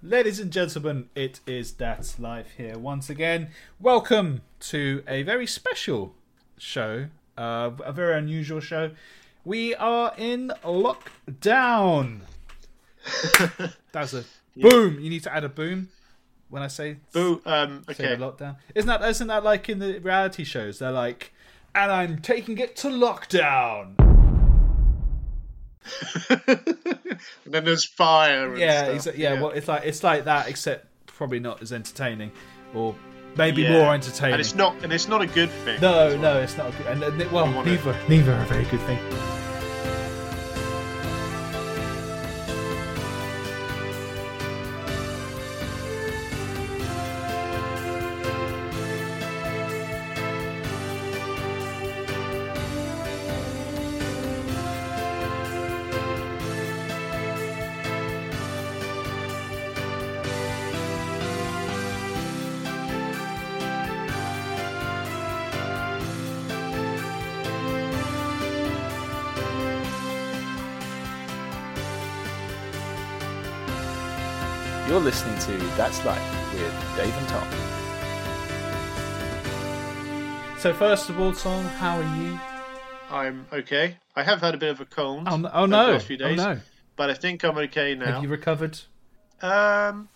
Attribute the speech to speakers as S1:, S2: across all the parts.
S1: Ladies and gentlemen, it is That's Life here once again. Welcome to a very special show, uh, a very unusual show. We are in lockdown. That's a boom. You need to add a boom when I say
S2: Boo. Um,
S1: say
S2: okay.
S1: the lockdown. Isn't that isn't that like in the reality shows? They're like, and I'm taking it to lockdown.
S2: and then there's fire. And
S1: Yeah,
S2: stuff.
S1: exa- yeah, Well, it's like it's like that, except probably not as entertaining, or maybe
S2: Yeah.
S1: more entertaining.
S2: And it's not, and it's not a good thing.
S1: No, no, it's not a good. And, and it- well,
S2: want it.
S1: neither, neither are a very good thing.
S3: You're listening to That's Life with Dave and Tom.
S1: So first of all, Tom, how are you?
S2: I'm okay. I have had a bit of a cold.
S1: Oh, no! Oh,
S2: over
S1: no.
S2: The last few days,
S1: oh no!
S2: But I think I'm okay now.
S1: Have you recovered?
S2: Um,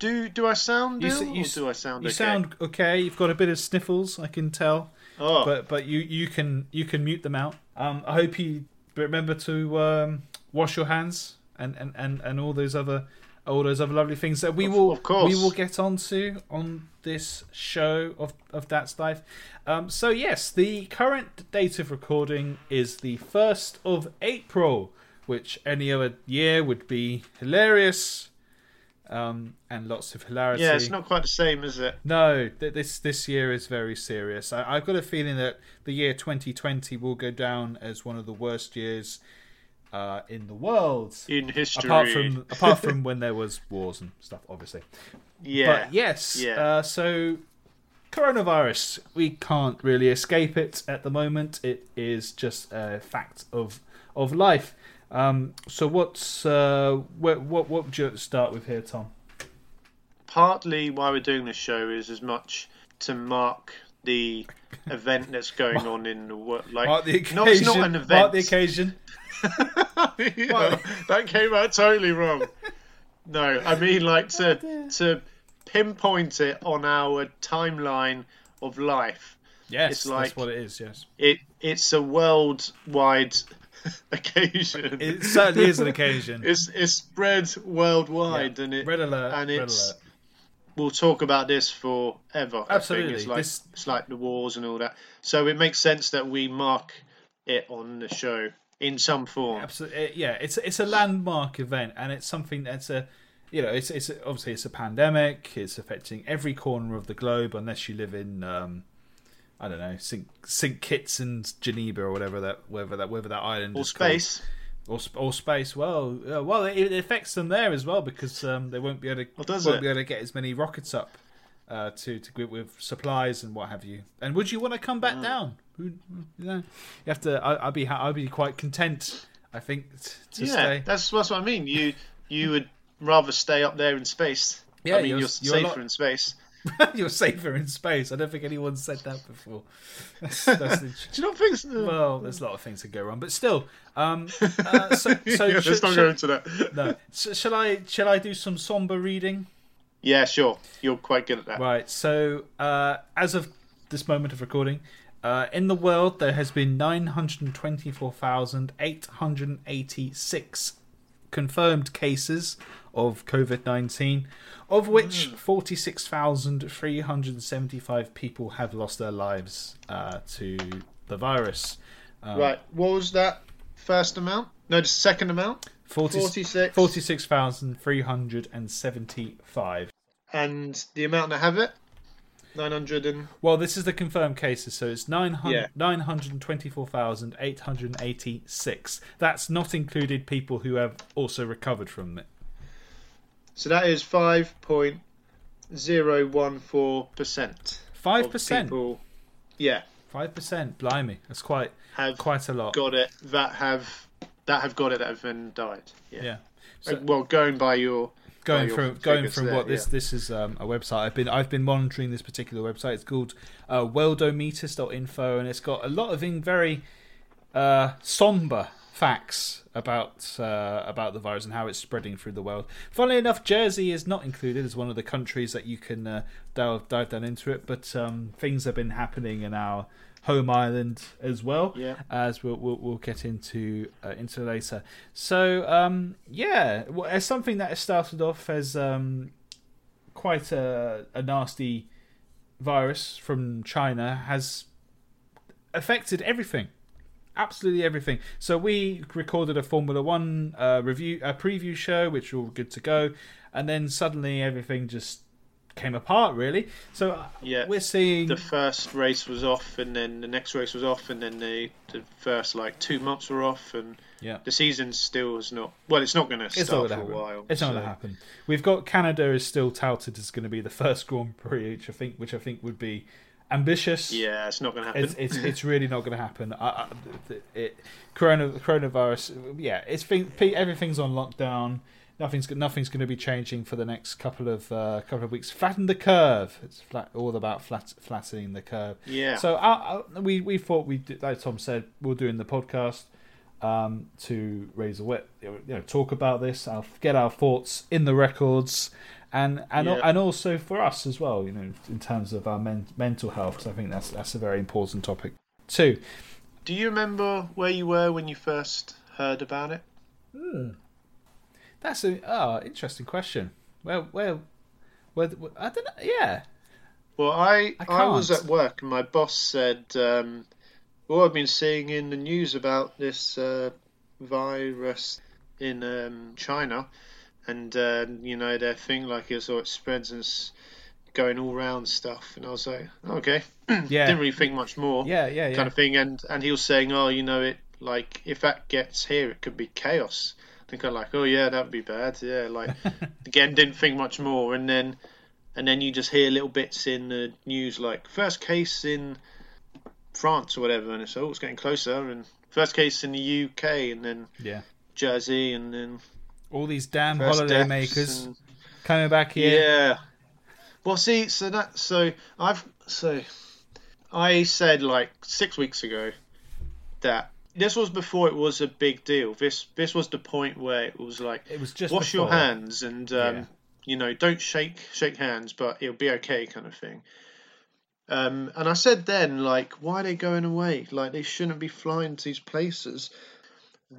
S2: do do I sound
S1: You,
S2: ill?
S1: s- you
S2: or
S1: s-
S2: do I sound
S1: You
S2: okay?
S1: sound okay. You've got a bit of sniffles, I can tell.
S2: Oh,
S1: But but you you can you can mute them out. Um, I hope you remember to um, wash your hands and, and, and, and all those other all those other lovely things that we
S2: Of-
S1: will
S2: of course.
S1: we will get onto on this show of of that's life. Um, so yes, the current date of recording is the first of April, which any other year would be hilarious. Um, and lots of hilarity.
S2: yeah, it's not quite the same, is it?
S1: No, th- this this year is very serious. I, I've got a feeling that the year 2020 will go down as one of the worst years uh, in the world,
S2: In history,
S1: apart from apart from when there was wars and stuff, obviously.
S2: yeah,
S1: But yes,
S2: yeah.
S1: uh, so coronavirus, we can't really escape it at the moment. It is just a fact of of life. Um, so what's uh, what what what would you start with here, Tom?
S2: partly why we're doing this show is as much to mark the event that's going on in the world. Like,
S1: Mark the
S2: no, it's
S1: occasion.
S2: not an event.
S1: Mark the occasion.
S2: Yeah, that came out totally wrong. No, I mean like
S1: Oh,
S2: to to pinpoint it on our timeline of life.
S1: Yes,
S2: It's like-
S1: that's what it is. Yes,
S2: It it's a worldwide occasion.
S1: it certainly is an occasion.
S2: It's it's spread worldwide,
S1: Yeah.
S2: and it
S1: Red alert,
S2: and
S1: red
S2: it's
S1: alert.
S2: we'll talk about this forever. I think.
S1: Absolutely.
S2: it's like
S1: This-
S2: it's like the wars and all that. So it makes sense that we mark it on the show in some form.
S1: Absolutely, yeah. It's it's a landmark event, and it's something that's a, you know, it's it's obviously it's a pandemic. It's affecting every corner of the globe, unless you live in, um, I don't know, St. St Kitts and Geneva or whatever that whether that whether that island
S2: Or
S1: is called.
S2: space.
S1: or sp- or space. Well, yeah, well, it, it affects them there as well because um, they won't be able to
S2: Oh, does
S1: won't
S2: it?
S1: be able to get as many rockets up uh, to to go with supplies and what have you. And would you want to come back down? Who, you know, you have to. I, I'd be ha- I'd be quite content. I think t- to
S2: yeah,
S1: stay.
S2: that's that's what I mean. You you would rather stay up there in space.
S1: Yeah,
S2: I mean
S1: you're-
S2: you're,
S1: you're
S2: safer
S1: not-
S2: in space.
S1: You're safer in space. I don't think anyone said that before. That's, that's the,
S2: Do you not think? uh,
S1: well, there's a lot of things that go wrong, but still. Um, uh, so, so
S2: yeah,
S1: sh-
S2: let's not
S1: sh-
S2: go into that.
S1: no. Sh- shall I? Shall I do some somber reading?
S2: Yeah, sure. You're quite good at that.
S1: Right. So, uh, as of this moment of recording, uh, in the world there has been 924,886 confirmed cases of COVID 19, of which 46,375 people have lost their lives uh, to the virus.
S2: Right. What was that first amount? No, the second amount. 46.
S1: 46,375.
S2: And the amount that have it, 900 and
S1: Well, this is the confirmed cases, so it's 900,
S2: Yeah.
S1: 924,886. That's not included people who have also recovered from it.
S2: so that is 5.014%.
S1: 5%.
S2: People, yeah,
S1: 5%, blimey. That's quite
S2: have
S1: quite a lot.
S2: got it that have that have got it that have then died. Yeah.
S1: Yeah.
S2: Uh, well, going by your by
S1: going
S2: your
S1: from going
S2: figures
S1: from
S2: there,
S1: what this
S2: yeah.
S1: this is um, a website I've been I've been monitoring this particular website. It's called uh, worldometers.info and it's got a lot of in very uh, somber facts about uh, about the virus and how it's spreading through the world. Funnily enough, Jersey is not included as one of the countries that you can uh, dive dive down into it, but um, things have been happening in our home island as well
S2: Yeah.
S1: as we'll, we'll, we'll get into uh, into later. So um, yeah, well, as something that has started off as um, quite a, a nasty virus from China has affected everything, absolutely everything. So we recorded a Formula One uh, review, a preview show, which were all good to go, and then suddenly everything just came apart really so uh,
S2: Yeah.
S1: we're seeing
S2: the first race was off, and then the next race was off, and then the, the first like two months were off, and
S1: yeah
S2: the season still is not. Well, it's not going to
S1: It's not going
S2: start
S1: to
S2: for a
S1: happen.
S2: while.
S1: it's not
S2: so-
S1: going to happen. We've got Canada is still touted as going to be the first Grand Prix, which I think, which I think would be ambitious.
S2: Yeah, it's not going to happen.
S1: It's, it's, it's really not going to happen. I, I, th- it, corona coronavirus. Yeah, it's thing, pe- everything's on lockdown. Nothing's go- nothing's going to be changing for the next couple of uh, couple of weeks. Flatten the curve. It's flat, all about flat, flattening the curve.
S2: Yeah.
S1: So I, I, we we thought we did, like Tom said we'll do in the podcast um, to raise a wet you know talk about this. I'll get our thoughts in the records. And and,
S2: Yeah.
S1: and also for us as well, you know, in terms of our men- mental health, 'cause I think that's that's a very important topic too.
S2: Do you remember where you were when you first heard about it?
S1: That's a ah interesting question. Where where, where I don't know. Yeah,
S2: Well, I
S1: I
S2: I, was
S1: can't.
S2: at work, and my boss said, um, "Well, I've been seeing in the news about this uh, virus in um, China, and uh, you know their thing like it's or it spreads and it's going all round stuff." And I was like, "Okay,
S1: yeah,
S2: didn't really think much more."
S1: yeah, yeah, yeah.
S2: kind of thing. And and he was saying, oh, you know, it like if that gets here, it could be chaos. I think I'm like, oh yeah, that'd be bad. Yeah, like again, didn't think much more. And then and then you just hear little bits in the news, like first case in France or whatever, and it's oh, it's getting closer. And first case in the UK, and then
S1: yeah.
S2: Jersey, and then
S1: All these damn
S2: first
S1: holiday
S2: deaths
S1: makers
S2: and-
S1: coming back
S2: yeah.
S1: here.
S2: Well, see, so that so I've so I said like six weeks ago that this was before it was a big deal. This this was the point where it was like
S1: It was just
S2: wash your
S1: before.
S2: hands and um,
S1: Yeah.
S2: you know don't shake shake hands, but it'll be okay kind of thing. Um, and I said then like why are they going away? Like they shouldn't be flying to these places.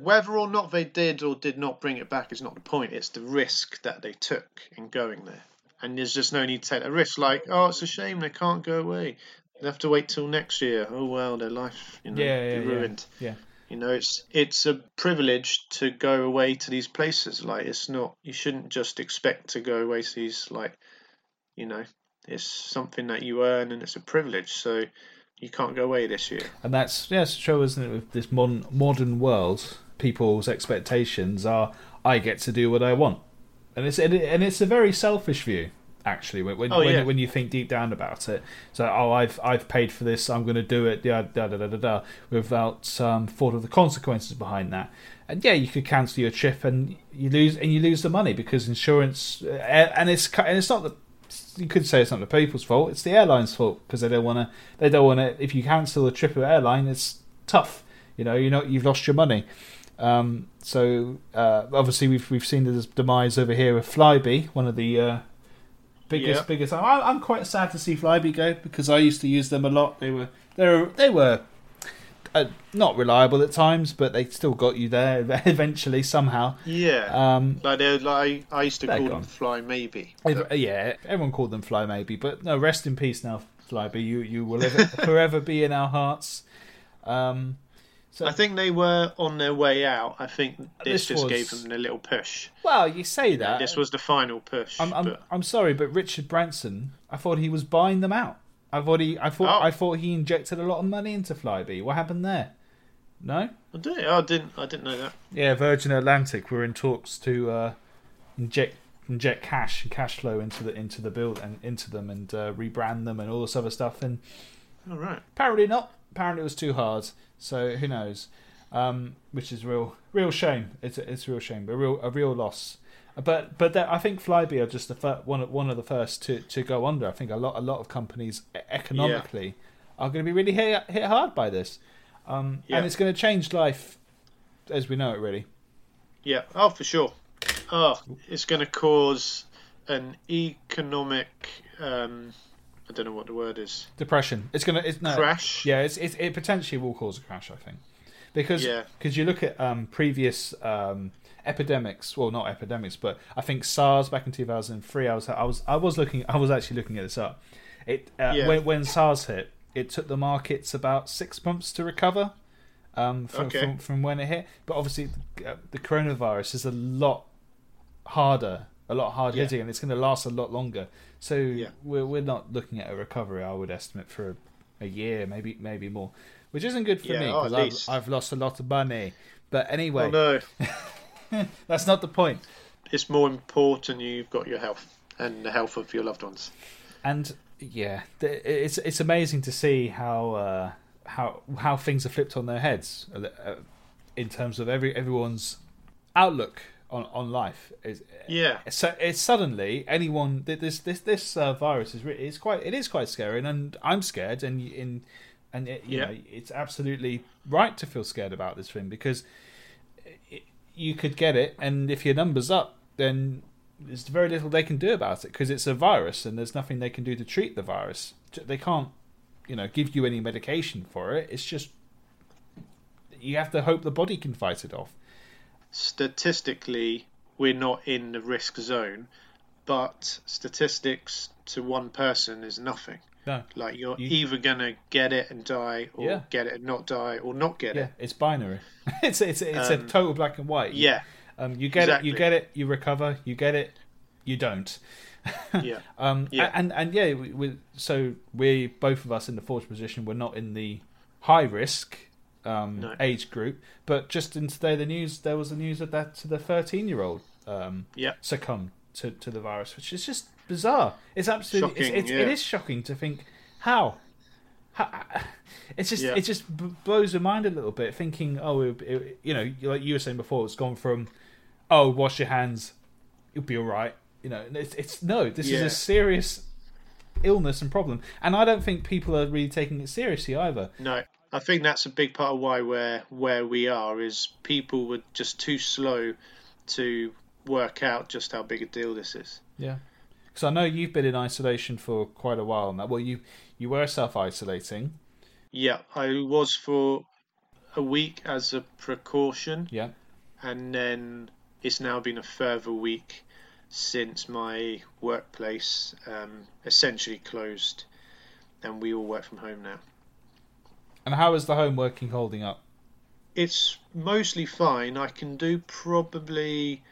S2: Whether or not they did or did not bring it back is not the point. It's the risk that they took in going there. And there's just no need to take a risk. Like, oh, it's a shame they can't go away. They have to wait till next year. Oh well, their life, you know,
S1: yeah, yeah,
S2: be
S1: yeah.
S2: ruined.
S1: yeah.
S2: You know, it's it's a privilege to go away to these places. Like, it's not. You shouldn't just expect to go away to these. Like, you know, it's something that you earn and it's a privilege. So, you can't go away this year.
S1: And that's yeah, it's true, isn't it? With this modern modern world, people's expectations are I get to do what I want, and it's and, it, and it's a very selfish view actually when when,
S2: Oh,
S1: when,
S2: yeah.
S1: when you think deep down about it. So oh, I've I've paid for this, I'm going to do it, yeah, da da da da da, without um, thought of the consequences behind that. And yeah, you could cancel your trip and you lose and you lose the money because insurance uh, and it's ki- and it's not the you could say it's not the people's fault; it's the airline's fault because they don't want to. They don't want to. If you cancel a trip with airline, it's tough. You know, you know, you've lost your money. Um, so uh, obviously, we've we've seen the demise over here of Flybe, one of the uh, biggest
S2: Yeah.
S1: biggest. I, I'm quite sad to see Flybe go because I used to use them a lot. They were they were they were uh, not reliable at times, but they still got you there eventually somehow.
S2: Yeah.
S1: Um,
S2: Like they're like I used to
S1: They're
S2: call
S1: gone.
S2: them fly maybe.
S1: Ev- uh, yeah, everyone called them Fly Maybe, but no, rest in peace now, Flyby. You you will ever, forever be in our hearts. Um, So,
S2: I think they were on their way out. I think this,
S1: Uh, This
S2: just
S1: was-
S2: gave them a little push.
S1: well, you say that.
S2: this was the final push.
S1: I'm, I'm,
S2: but
S1: I'm sorry, but Richard Branson, I thought he was buying them out. I thought he, I thought,
S2: Oh.
S1: I thought he injected a lot of money into Flybe. What happened there? No.
S2: I, did, I didn't. I didn't know that.
S1: Yeah, Virgin Atlantic were in talks to uh, inject inject cash and cash flow into the into the build and into them and uh, rebrand them and all this other stuff. And
S2: All right.
S1: apparently not. Apparently it was too hard. So who knows? Um, which is real, real shame. It's a, it's a real shame, a real a real loss. Uh, But but that- I think Flybe are just the fir- one of- one of the first to, to go under. I think a lot a lot of companies e- economically are going to be really hit hit hard by this, um,
S2: Yeah.
S1: and it's going to change life as we know it. Really,
S2: Yeah. Oh, for sure. Oh, it's going to cause an economic. Um, I don't know what the word is.
S1: depression. It's gonna it's no
S2: Crash?
S1: Yeah, it's, it's it potentially will cause a crash. I think because
S2: Yeah.
S1: because you look at um, previous um, epidemics. Well, not epidemics, but I think SARS back in two thousand and three. I was I was I was looking I was actually looking at this up. It uh,
S2: Yeah.
S1: when when SARS hit, it took the markets about six months to recover um, from,
S2: Okay.
S1: from from when it hit. But obviously, uh, the coronavirus is a lot harder, a lot hard hitting, and it's going to last a lot longer. So we're we're not looking at a recovery. I would estimate for a, a year, maybe maybe more, which isn't good for
S2: Yeah,
S1: me
S2: oh, at
S1: because
S2: least.
S1: I've, I've lost a lot of money. But anyway,
S2: Oh no,
S1: that's not the point.
S2: it's more important. You've got your health and the health of your loved ones.
S1: And yeah, th- it's it's amazing to see how uh, how how things are flipped on their heads uh, uh, in terms of every everyone's outlook on on life. Is
S2: Yeah.
S1: so it's suddenly anyone th- this this this uh, virus is re- is quite it is quite scary and, and I'm scared and y- in and it, you
S2: Yeah.
S1: know it's absolutely right to feel scared about this thing because it, you could get it and if your numbers up then there's very little they can do about it because it's a virus and there's nothing they can do to treat the virus they can't you know give you any medication for it it's just you have to hope the body can fight it off
S2: Statistically, we're not in the risk zone, but statistics to one person is nothing.
S1: no
S2: Like you're
S1: You-
S2: either gonna get it and die, or
S1: Yeah.
S2: get it and not die, or not get
S1: yeah
S2: it.
S1: it's binary it's it's it's a total black and white You-
S2: Yeah,
S1: um, you get it you
S2: Exactly.
S1: get it you recover you get it you don't
S2: yeah,
S1: um
S2: Yeah.
S1: a- and and yeah we, we, so we both of us in the forged position we're not in the high risk um
S2: No.
S1: age group but just in today the news there was the news of that to the 13 year old um
S2: yeah.
S1: succumb to, to the virus, which is just bizarre. It's absolutely it's,
S2: Shocking,
S1: it's, it
S2: yeah.
S1: is shocking to think how. how it's just
S2: Yeah.
S1: it just b- blows your mind a little bit thinking oh it, it, you know like you were saying before it's gone from oh wash your hands you'll be all right you know and it's, it's no this is
S2: Yeah.
S1: a serious illness and problem and I don't think people are really taking it seriously either
S2: No, I think that's a big part of why we're where we are is people were just too slow to work out just how big a deal this is.
S1: Yeah, because I know you've been in isolation for quite a while now well you you were self isolating
S2: Yeah, I was for a week as a precaution,
S1: yeah
S2: and then it's now been a further week since my workplace um, essentially closed, and we all work from home now.
S1: and how is the home working holding up
S2: it's mostly fine. I can do probably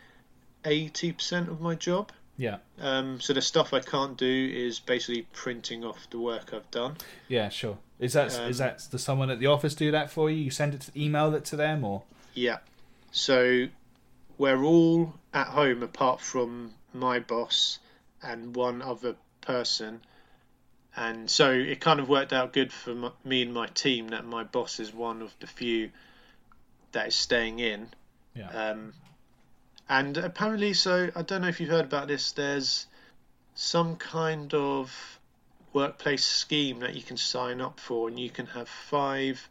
S2: 80% of my job.
S1: Yeah,
S2: Um, so the stuff I can't do is basically printing off the work I've done.
S1: yeah, sure. Is that is that does someone at the office do that for you? You send it to email it to them, or
S2: Yeah. So we're all at home apart from my boss and one other person. And so it kind of worked out good for m me and my team that my boss is one of the few that is staying in.
S1: yeah,
S2: Um, and apparently, so I don't know if you've heard about this. There's some kind of workplace scheme that you can sign up for, and you can have five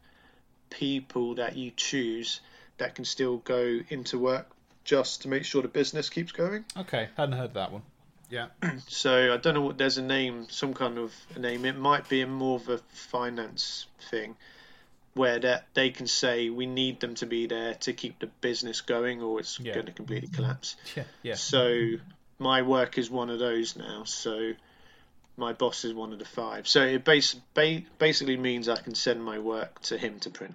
S2: people that you choose that can still go into work just to make sure the business keeps going.
S1: okay, hadn't heard that one. Yeah,
S2: So I don't know what there's a name, some kind of a name. It might be more of a finance thing where that they can say we need them to be there to keep the business going or it's
S1: Yeah.
S2: going to completely collapse.
S1: yeah, yeah.
S2: So my work is one of those now. So my boss is one of the five. So it bas- ba- basically means I can send my work to him to print.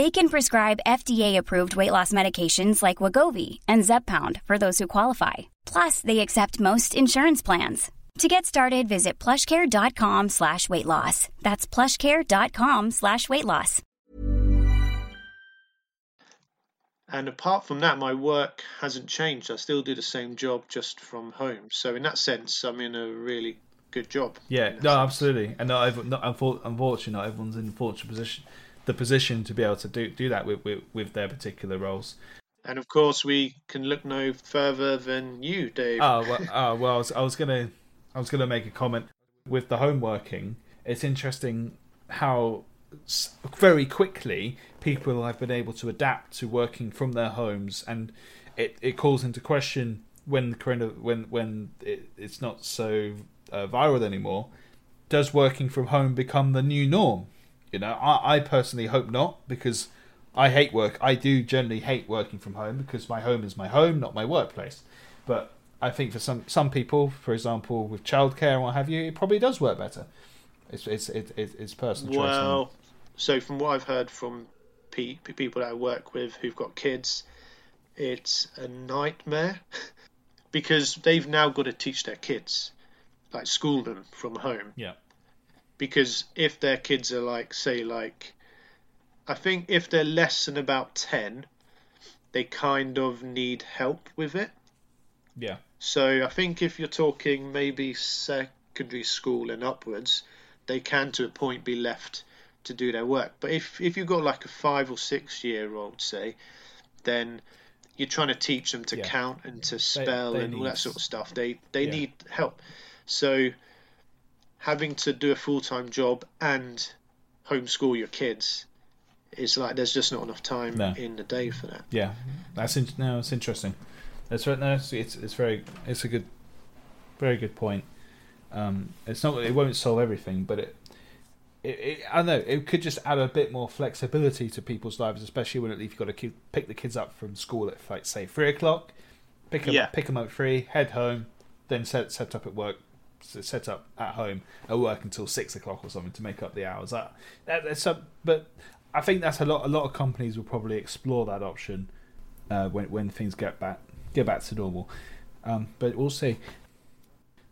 S4: They can prescribe FDA-approved weight loss medications like Wagovi and Zepbound for those who qualify. Plus, they accept most insurance plans. To get started, visit plushcare.com slash weight loss. That's plushcare.com slash weight loss.
S2: And apart from that, my work hasn't changed. I still do the same job just from home. So in that sense, I'm in a really good job.
S1: Yeah,
S2: in that
S1: no,
S2: sense.
S1: absolutely, and not, every- not unfor- unfortunately, not everyone's in the fortunate position, the position to be able to do do that with with, with their particular roles.
S2: And of course, we can look no further than you, Dave.
S1: Oh well, oh, well I, was, I was gonna, I was gonna make a comment with the home working. It's interesting how s- very quickly people have been able to adapt to working from their homes, and it, it calls into question when the corona when when it, it's not so uh, viral anymore. Does working from home become the new norm? You know, I, I personally hope not because I hate work. I do generally hate working from home because my home is my home, not my workplace. But I think for some some people, for example, with childcare and what have you, it probably does work better. It's it's it, it, it's personal choice. and-
S2: Well, so from what I've heard from pe- pe- people that I work with who've got kids, it's a nightmare because they've now got to teach their kids, like school them from home.
S1: yeah.
S2: Because if their kids are like, say, like, I think if they're less than about 10, they kind of need help with it.
S1: Yeah.
S2: So I think if you're talking maybe secondary school and upwards, they can to a point be left to do their work. But if if you've got like a five or six year old, say, then you're trying to teach them to
S1: Yeah.
S2: count and to spell
S1: they
S2: and all
S1: need-
S2: that sort of stuff. They they
S1: Yeah.
S2: need help. So having to do a full time job and homeschool your kids is like there's just not enough time
S1: No.
S2: in the day for that.
S1: Yeah. That's in, no, it's interesting. That's right. No, it's, it's it's very it's a good, very good point. Um, it's not it won't solve everything, but it. It, it, I don't know it could just add a bit more flexibility to people's lives, especially when if you've got to keep, pick the kids up from school at like say three o'clock, pick them
S2: Yeah.
S1: pick them up at three, head home, then set set up at work, s- set up at home at work until six o'clock or something to make up the hours. That, that that's some, but I think that's a lot. A lot of companies will probably explore that option uh, when when things get back get back to normal. Um, but we'll see.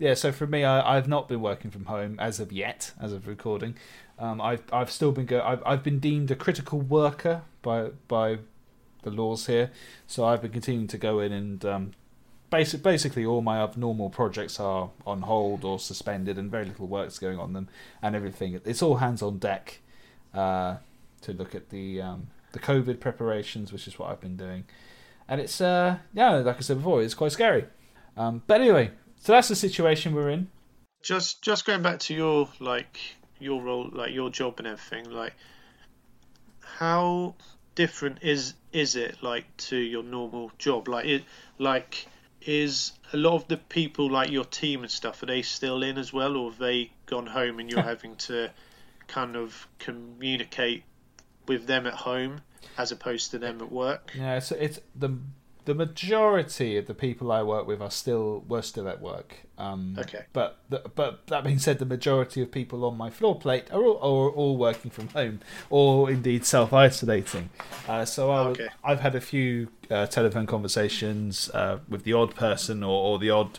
S1: Yeah, so for me, I, I've not been working from home as of yet, as of recording. Um, I've I've still been go. I've I've been deemed a critical worker by by the laws here, so I've been continuing to go in and um, basic basically all my abnormal projects are on hold or suspended, and very little work's going on them, and everything. It's all hands on deck uh, to look at the um, the COVID preparations, which is what I've been doing, and it's uh, yeah, like I said before, it's quite scary. Um, but anyway, so that's the situation we're in.
S2: just just going back to your like your role like your job and everything like how different is is it like to your normal job like it like is a lot of the people like your team and stuff are they still in as well or have they gone home and you're having to kind of communicate with them at home as opposed to them at work
S1: Yeah, so it's the the majority of the people I work with are still were still at work. Um,
S2: Okay.
S1: But th but that being said, the majority of people on my floor plate are all, are all working from home or indeed self isolating. Uh, so I
S2: Okay.
S1: I've had a few uh, telephone conversations uh, with the odd person or, or the odd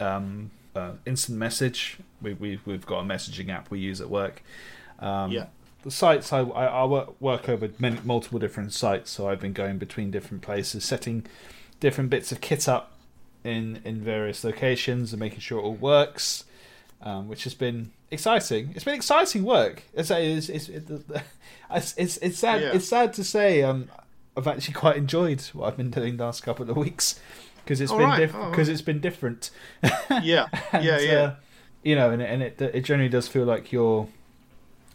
S1: um, uh, instant message. We, we we've got a messaging app we use at work. Um,
S2: Yeah.
S1: the sites I, I, I work, work over many, multiple different sites, so I've been going between different places, setting different bits of kit up in in various locations and making sure it all works. um, which has been exciting. It's been exciting work. It's it's it's it's, it's, it's sad.
S2: Yeah.
S1: It's sad to say. Um, I've actually quite enjoyed what I've been doing the last couple of weeks because it's
S2: All
S1: been
S2: right.
S1: diff-
S2: Oh,
S1: because it's been different.
S2: Yeah,
S1: And,
S2: yeah, yeah.
S1: uh, you know, and, it- and it it generally does feel like you're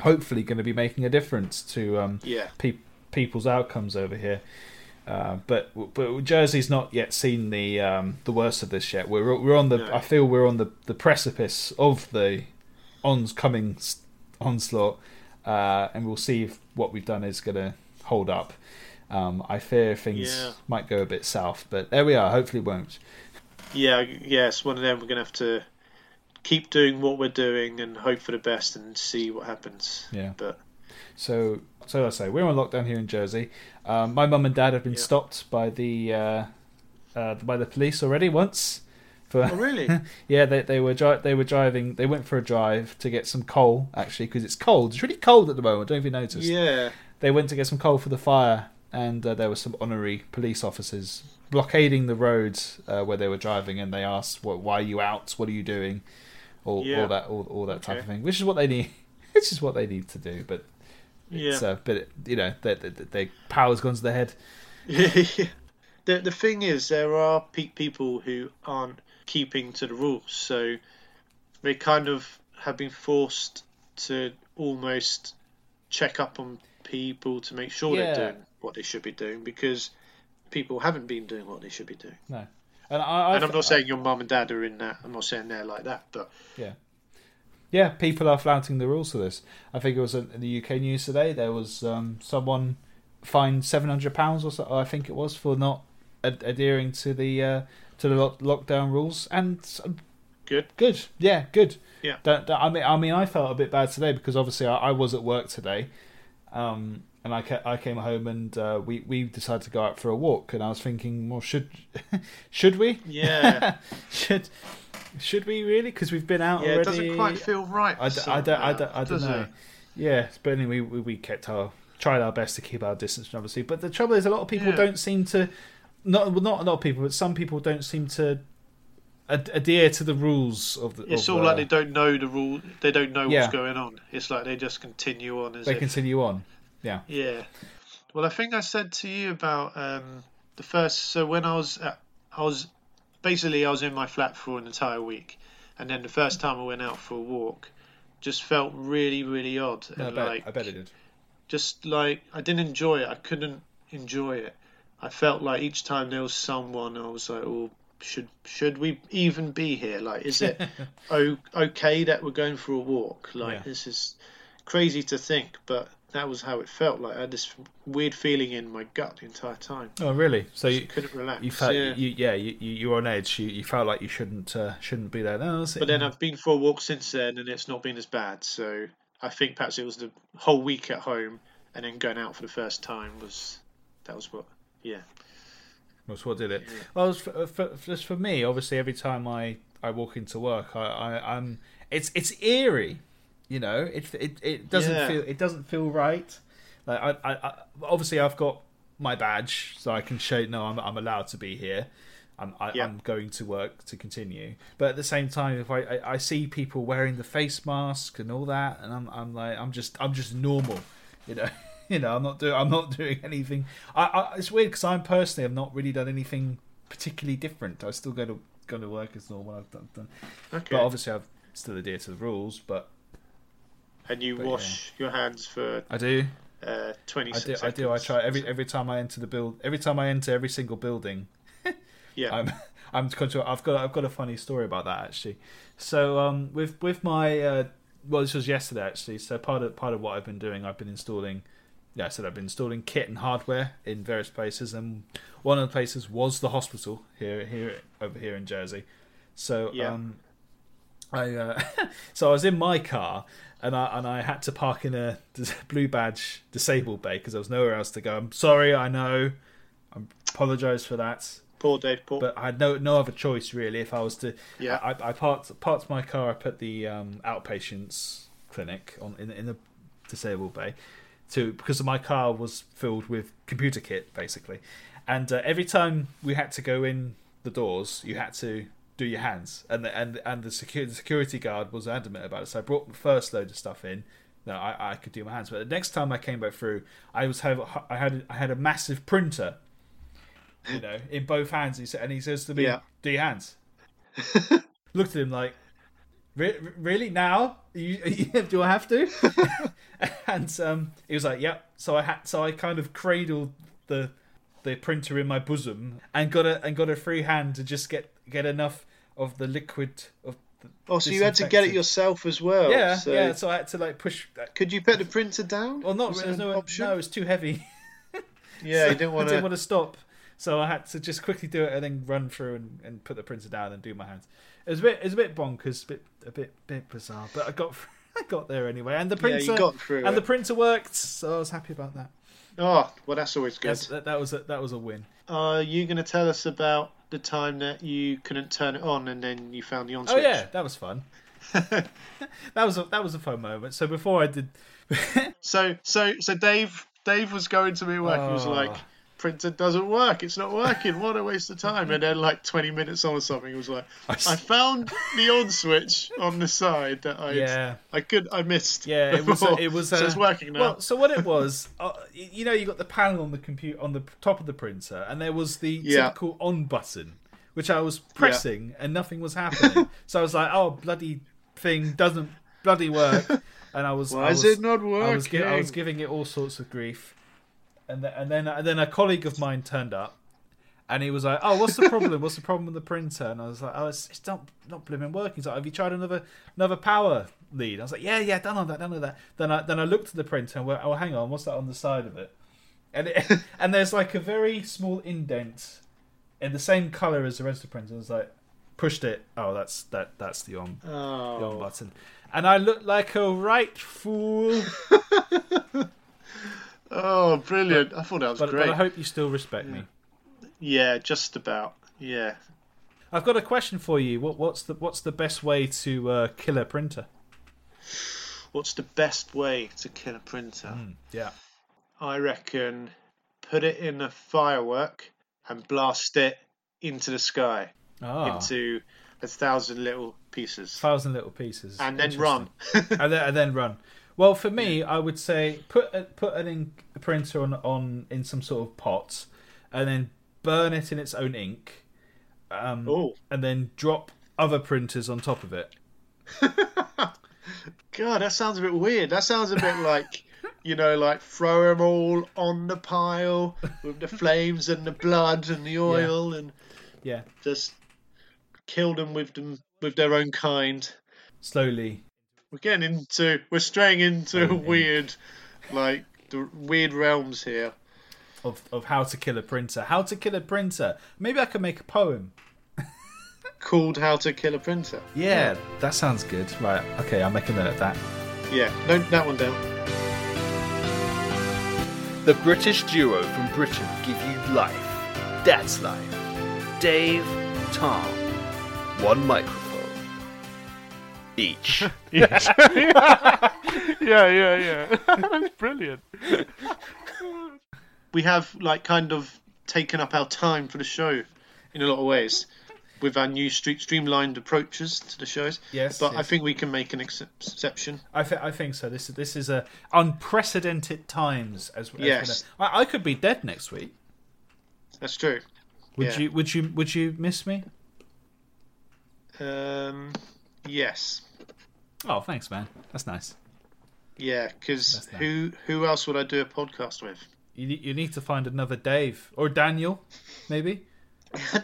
S1: hopefully going to be making a difference to um,
S2: Yeah.
S1: pe- people's outcomes over here. Uh, but but Jersey's not yet seen the um, the worst of this yet. We're we're on the
S2: No.
S1: I feel we're on the, the precipice of the oncoming s- onslaught, uh, and we'll see if what we've done is going to hold up. Um, I fear things
S2: Yeah.
S1: might go a bit south, but there we are. Hopefully, it won't.
S2: Yeah, yeah, it's one of them. We're gonna have to keep doing what we're doing and hope for the best and see what happens.
S1: Yeah.
S2: but
S1: So, so I say we're on lockdown here in Jersey. Um, my mum and dad have been stopped by the uh, uh, by the police already once. For
S2: oh really?
S1: yeah, they they were dri- they were driving. They went for a drive to get some coal actually because it's cold. It's really cold at the moment. I don't know if you noticed.
S2: yeah,
S1: They went to get some coal for the fire, and uh, there were some honorary police officers blockading the roads uh, where they were driving, and they asked, "What? Why are you out? What are you doing?" All,
S2: Yeah.
S1: all that all, all that type
S2: Okay.
S1: of thing, which is what they need. Which is what they need to do, but
S2: yeah.
S1: so, but you know, their, their, their power's gone to their head.
S2: the the thing is, there are pe- people who aren't keeping to the rules, so they kind of have been forced to almost check up on people to make sure
S1: Yeah.
S2: they're doing what they should be doing because people haven't been doing what they should be doing.
S1: No, and I, I
S2: And I'm not saying your mum and dad are in that. I'm not saying they're like that, but
S1: yeah, yeah. People are flouting the rules for this. I think it was in the UK news today. There was um, someone fined seven hundred pounds or so. I think it was for not ad- adhering to the uh, to the lock- lockdown rules. And um, s-
S2: good.
S1: good, yeah, good.
S2: Yeah.
S1: Don't, don't- I mean, I mean, I felt a bit bad today because obviously I, I was at work today, um, and I ca- I came home and uh, we we decided to go out for a walk, and I was thinking, well, should should we?
S2: Yeah,
S1: should should we really? Because we've been out
S2: yeah.
S1: already.
S2: It doesn't quite feel right.
S1: I, d- I don't. I don't. I don't
S2: does it?
S1: know. Yeah, but anyway, we, we kept our tried our best to keep our distance, obviously. But the trouble is, a lot of people
S2: Yeah.
S1: don't seem to. Not well, not a lot of people, but some people don't seem to ad- adhere to the rules of the.
S2: It's
S1: of,
S2: all
S1: uh,
S2: like they don't know the rule. They don't know
S1: Yeah.
S2: what's going on. It's like they just continue on as
S1: they
S2: if.
S1: continue on. Yeah.
S2: Yeah. Well, I think I said to you about um, the first. So when I was, at, I was basically I was in my flat for an entire week, and then the first time I went out for a walk, just felt really, really odd.
S1: No, I
S2: and
S1: bet.
S2: like,
S1: I bet it did.
S2: just like I didn't enjoy it. I couldn't enjoy it. I felt like each time there was someone, I was like, "Oh, should should we even be here? Like, is it o- okay that we're going for a walk? Like,
S1: Yeah.
S2: this is crazy to think, but that was how it felt. Like, I had this weird feeling in my gut the entire time.
S1: Oh, really? So you
S2: Couldn't relax.
S1: you felt
S2: yeah.
S1: you yeah you you you were on edge. You you felt like you shouldn't uh, shouldn't be there. No, that's it.
S2: but then I've been for a walk since then, and it's not been as bad. So I think perhaps it was the whole week at home, and then going out for the first time was that was what. Yeah.
S1: That's what did it. Well, it's for, for, just for me, obviously, every time I, I walk into work, I, I I'm it's it's eerie, you know. It it, it doesn't
S2: Yeah.
S1: feel it doesn't feel right. Like I, I, I obviously I've got my badge, so I can show no, I'm I'm allowed to be here. I'm I,
S2: Yeah.
S1: I'm going to work to continue. But at the same time, if I, I I see people wearing the face mask and all that, and I'm I'm like I'm just I'm just normal, you know. You know, I'm not doing. I'm not doing anything. I, I it's weird because I'm personally, I've not really done anything particularly different. I still go to go to work as normal. I've done, done.
S2: Okay.
S1: but obviously I've still adhere to the rules. But
S2: and you
S1: But,
S2: wash your hands for
S1: I do.
S2: uh, 20
S1: I do.
S2: seconds.
S1: I do. I try every every time I enter the build. Every time I enter every single building,
S2: Yeah.
S1: I'm I'm control. I've got I've got a funny story about that actually. So um with with my uh well this was yesterday actually. So part of part of what I've been doing, I've been installing. Yeah, I said I've been installing kit and hardware in various places, and one of the places was the hospital here here over here in Jersey. So
S2: Yeah.
S1: um I uh, so I was in my car and I and I had to park in a dis- blue badge disabled bay because there was nowhere else to go. I'm sorry, I know. I apologize for that,
S2: Poor Dave, poor.
S1: but I had no no other choice really. If I was to,
S2: Yeah.
S1: I, I parked parked my car up at the um, outpatients clinic on in in the disabled bay, to because my car was filled with computer kit basically, and uh, every time we had to go in the doors, you had to do your hands. And the, and and the, security, the security guard was adamant about it. So I brought the first load of stuff in. No, I, I could do my hands. But the next time I came back through, I was have I had I had a massive printer, you know, in both hands. He said, and he says to me,
S2: Yeah.
S1: "Do your hands." Looked at him like, "Re- "Really now? You, do I have to?" and um, he was like, "Yep." So I had so I kind of cradled the the printer in my bosom and got a and got a free hand to just get get enough of the liquid of. The
S2: Oh, so you had to get it
S1: disinfectant.
S2: yourself as well.
S1: Yeah,
S2: So
S1: yeah. So I had to like push.
S2: could you put the printer down?
S1: Well, not
S2: Was
S1: really.
S2: that an
S1: No,
S2: option?
S1: no, it's too heavy.
S2: yeah,
S1: So
S2: you didn't want
S1: I didn't want
S2: to.
S1: to stop, so I had to just quickly do it and then run through and, and put the printer down and do my hands. It was a bit, it was a bit bonkers, bit a bit bit bizarre, but I got I got there anyway. And the
S2: Yeah,
S1: printer
S2: you got through
S1: and
S2: it.
S1: the printer worked, so I was happy about that.
S2: Oh, well, that's always good.
S1: Yes, that, that was a, that was a win.
S2: Are you going to tell us about the time that you couldn't turn it on and then you found the on
S1: Oh
S2: switch?
S1: yeah, that was fun. that was a, that was a fun moment. So before I did,
S2: So so so Dave Dave was going to me work. He
S1: Ah.
S2: was like, printer doesn't work. It's not working. What a waste of time. And then like 20 minutes on or something, he was like, I,
S1: s-
S2: found the on switch on the side that I
S1: Yeah.
S2: I could I missed.
S1: Yeah, it was.
S2: before.
S1: It was. Uh,
S2: so it's working now.
S1: Well, so what it was, uh, y- you know, you got the panel on the computer on the p- top of the printer, and there was the
S2: Yeah.
S1: typical on button, which I was pressing, and nothing was happening. so I was like, "Oh, bloody thing doesn't bloody work," and I was.
S2: Why
S1: I
S2: is
S1: was-
S2: it not
S1: I was, gi- I was
S2: working?
S1: giving it all sorts of grief, and th- and then and then a colleague of mine turned up. And he was like, "Oh, what's the problem? What's the problem with the printer?" And I was like, "Oh, it's, it's not not blooming working." He's like, "Have you tried another another power lead?" I was like, "Yeah, yeah, done on that, done on that." Then I then I looked at the printer and went, "Oh, hang on, what's that on the side of it?" And it, and there's like a very small indent, in the same color as the rest of the printer. I was like, pushed it. Oh, that's that that's the on
S2: Oh.
S1: the on button. And I looked like a right fool,
S2: oh, brilliant. I thought that was
S1: but,
S2: great.
S1: but I hope you still respect me.
S2: Yeah, just about. Yeah.
S1: I've got a question for you. What what's the what's the best way to uh, kill a printer?
S2: What's the best way to kill a printer?
S1: Yeah.
S2: I reckon put it in a firework and blast it into the sky
S1: Ah,
S2: into a thousand little pieces
S1: thousand little pieces,
S2: and then
S1: Interesting.
S2: run.
S1: and, then, and then run. Well, for me, I would say put a, put an ink a printer on on in some sort of pot, and then burn it in its own ink, um,
S2: Oh.
S1: and then drop other printers on top of it.
S2: God, that sounds a bit weird. That sounds a bit like, you know, like throw them all on the pile with the flames and the blood and the oil and
S1: Yeah,
S2: just kill them with them with their own kind.
S1: slowly.
S2: We're getting into we're straying into weird, like the weird realms here.
S1: Of, of how to kill a printer. How to kill a printer. Maybe I could make a poem.
S2: Called how to kill a printer.
S1: Yeah, that sounds good. Right, okay, I'll make a note of that.
S2: Yeah, no, that one down.
S3: The British duo from Britain give you life. That's life. Dave, Tom, one microphone each.
S5: yeah, yeah, yeah. That's brilliant.
S2: we have like kind of taken up our time for the show in a lot of ways with our new street streamlined approaches to the shows.
S1: Yes,
S2: but I
S1: yes.
S2: think we can make an ex- exception.
S1: I, th- I think so. This is this is a unprecedented times. As, as
S2: Yes.
S1: we're- I, I could be dead next week.
S2: That's true.
S1: Would
S2: Yeah.
S1: you would you would you miss me?
S2: Um, yes,
S1: Oh, thanks, man. That's nice.
S2: yeah, because
S1: That's that.
S2: who who else would I do a podcast with?
S1: You ne- you need to find another Dave or Daniel, maybe.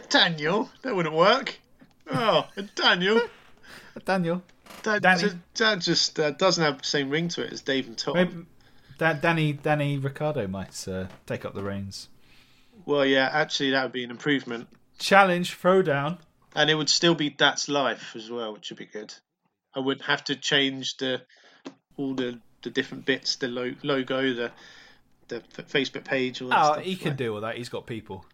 S2: Daniel, that wouldn't work. Oh, Daniel,
S1: A Daniel,
S2: that,
S1: Danny.
S2: ju- that just uh, doesn't have the same ring to it as Dave and Tom.
S1: maybe da- Danny Danny Ricardo might uh, take up the reins.
S2: Well, yeah, actually, that would be an improvement,
S1: Challenge throwdown.
S2: and it would still be that's life as well, which would be good. I wouldn't have to change the all the, the different bits, the lo- logo, the the f- Facebook page. All that
S1: Oh,
S2: stuff.
S1: he can
S2: Like-
S1: do all that. He's got people.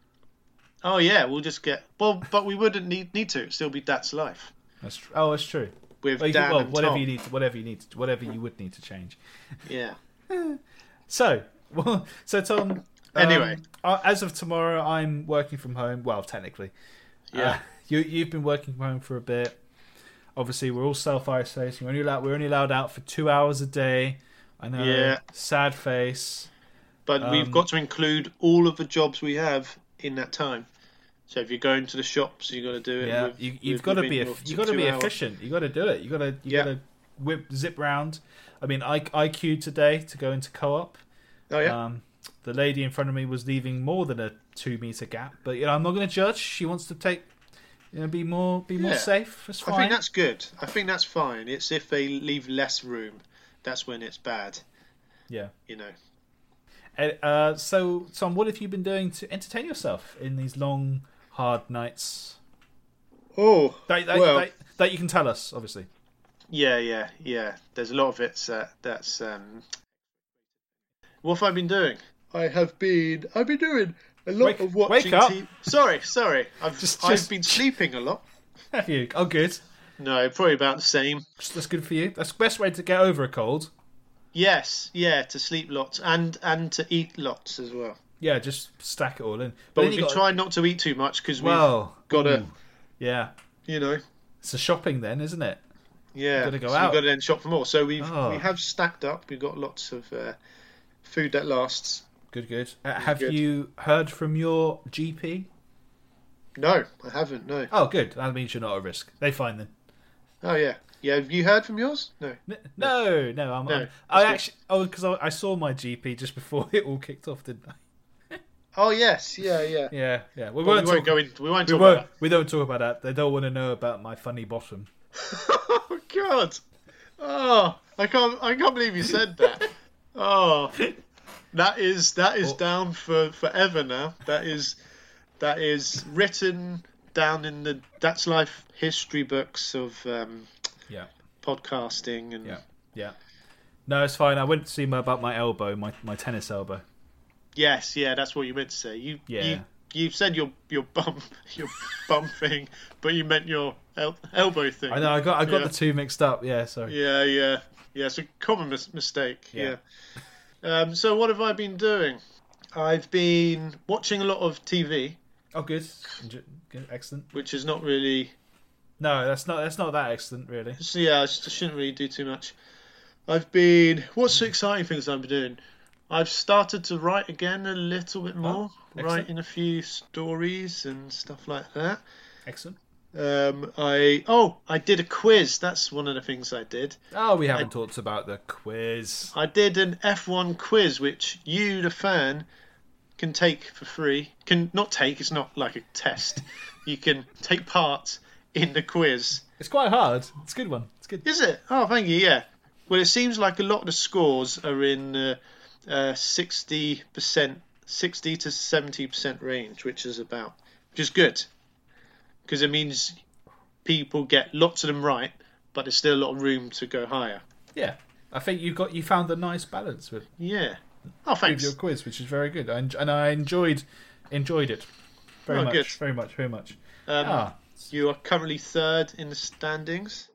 S2: Oh yeah, we'll just get well, but we wouldn't need need to. It'd still be that's life
S1: That's tr- oh, that's true.
S2: with
S1: Well, you-
S2: Dan
S1: well,
S2: and
S1: whatever
S2: Tom.
S1: you need, to, whatever you need, to, whatever you would need to change.
S2: Yeah,
S1: So, well, so Tom. um,
S2: Anyway.
S1: uh, as of tomorrow, I'm working from home. Well, technically,
S2: Yeah.
S1: Uh, you you've been working from home for a bit. Obviously, we're all self isolating. We're only allowed we're only allowed out for two hours a day. I know.
S2: Yeah.
S1: Sad face.
S2: But
S1: Um,
S2: we've got to include all of the jobs we have in that time. So if you're going to the shops, you've got to do it.
S1: Yeah,
S2: with-
S1: you,
S2: with-
S1: you've got to
S2: within
S1: be
S2: your
S1: eff- you got to be
S2: two hours.
S1: efficient. You got to do it. You got to you
S2: Yeah.
S1: got to whip zip round. I mean, I I queued today to go into co-op.
S2: Oh yeah.
S1: Um, the lady in front of me was leaving more than a two meter gap, but you know I'm not going to judge. She wants to take, you know, be more be more
S2: Yeah.
S1: safe. That's fine.
S2: I think that's good. I think that's fine. It's if they leave less room, that's when it's bad.
S1: yeah.
S2: You know.
S1: And, Uh, so Tom, what have you been doing to entertain yourself in these long, hard nights?
S2: Oh,
S1: That that,
S2: well,
S1: that, that you can tell us, obviously.
S2: yeah, yeah, yeah. There's a lot of it uh, that's. Um... What have I been doing? I have been. I've been doing a lot
S1: Wake-
S2: of
S1: wake
S2: watching.
S1: up.
S2: T- sorry, sorry. I've
S1: Just-
S2: I've
S1: just-
S2: been sleeping a lot.
S1: Have you? Oh, good.
S2: No, probably about the same.
S1: That's good for you. That's the best way to get over a cold.
S2: Yes, yeah, to sleep lots and and to eat lots as well.
S1: Yeah, just stack it all in.
S2: But
S1: then
S2: we've
S1: you
S2: been
S1: got-
S2: trying not to eat too much because
S1: Well,
S2: we've got to,
S1: ooh, yeah,
S2: you know,
S1: it's a shopping then, isn't it?
S2: yeah,
S1: gotta go
S2: so
S1: out.
S2: We've got to then shop for more. So we've
S1: Oh.
S2: we have stacked up. We've got lots of uh, food that lasts.
S1: Good, good. Uh, have
S2: Good.
S1: you heard from your GP?
S2: No, I haven't. No.
S1: Oh, good. That means you're not at risk. They find them.
S2: Oh yeah, yeah. Have you heard from yours? No.
S1: N- No, no. I'm,
S2: No,
S1: I'm-
S2: that's
S1: I
S2: good.
S1: actually. Oh, because I, I saw my GP just before it all kicked off, didn't I?
S2: Oh yes, yeah, yeah.
S1: Yeah, yeah. We won't,
S2: But we won't
S1: talk,
S2: go in. We won't
S1: we,
S2: talk
S1: won't,
S2: about
S1: we don't talk about that. They don't want to know about my funny bottom.
S2: that. Oh god. Oh, I can't. I can't believe you said that. oh, that is that is down for forever now. That is that is written down in the that's life history books of um,
S1: Yeah,
S2: podcasting and
S1: yeah, yeah. No, it's fine. I went to see my, about my elbow, my, my tennis elbow.
S2: Yes, yeah, that's what you meant to say. You
S1: Yeah.
S2: you you said your your bum your bum thing, but you meant your el- elbow thing.
S1: I know. I got I got
S2: Yeah.
S1: the two mixed up. Yeah, sorry.
S2: Yeah, yeah, yeah. It's a common mis- mistake.
S1: Yeah.
S2: Yeah. Um, so what have I been doing? I've been watching a lot of TV,
S1: Oh, good. Enj- good. Excellent.
S2: which is not really.
S1: No, that's not that's not that excellent, really.
S2: So yeah, I s- shouldn't really do too much. I've been. What's the exciting things I've been doing? I've started to write again a little bit more,
S1: Oh, excellent.
S2: writing a few stories and stuff like that.
S1: Excellent.
S2: Um, I oh, I did a quiz. That's one of the things I did.
S1: Oh, we haven't talked about the quiz.
S2: I did an F1 quiz, which you, the fan, can take for free. Can not take. It's not like a test. you can take part in the quiz.
S1: It's quite hard. It's a good one. It's good.
S2: Is it? Oh, thank you. Yeah. Well, it seems like a lot of the scores are in uh, sixty percent, sixty to seventy percent range, which is about, which is good, because it means people get lots of them right, but there's still a lot of room to go higher.
S1: Yeah, I think you got you found a nice balance with,
S2: Yeah. Oh,
S1: with
S2: thanks.
S1: your quiz, which is very good. I, en- and I enjoyed enjoyed it very
S2: Oh,
S1: much,
S2: good.
S1: very much, very much.
S2: Um,
S1: ah,
S2: You are currently third in the standings,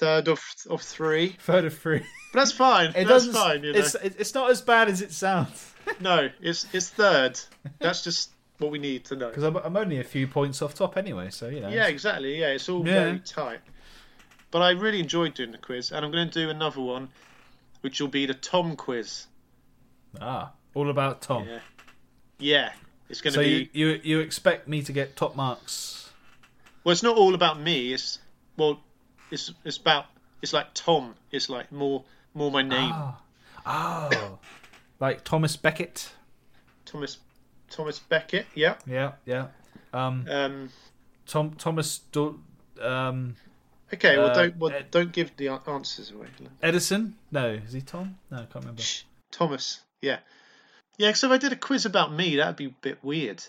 S2: third of of three.
S1: third of three.
S2: But that's fine.
S1: It
S2: that's
S1: doesn't.
S2: fine. You know.
S1: It's it- it's not as bad as it sounds
S2: No, it's it's third. That's just what we need to know.
S1: because I'm, I'm only a few points off top anyway. So you know.
S2: Yeah, exactly. Yeah, it's all
S1: Yeah.
S2: very tight. But I really enjoyed doing the quiz, and I'm going to do another one, which will be the Tom quiz.
S1: Ah, all about Tom.
S2: Yeah. Yeah, it's going to
S1: so
S2: be.
S1: you, you you expect me to get top marks?
S2: Well, it's not all about me. It's well, it's it's about it's like Tom. It's like more more my name,
S1: Ah. Oh, like Thomas Beckett.
S2: Thomas Thomas Beckett. Yeah.
S1: Yeah, yeah. Um,
S2: Um.
S1: Tom Thomas Do- um,
S2: Okay, well,
S1: Uh,
S2: don't well,
S1: uh,
S2: don't give the a- answers away.
S1: Edison. No, is he Tom? No, I can't remember.
S2: Shh, Thomas, yeah, yeah. Because if I did a quiz about me, that'd be a bit weird.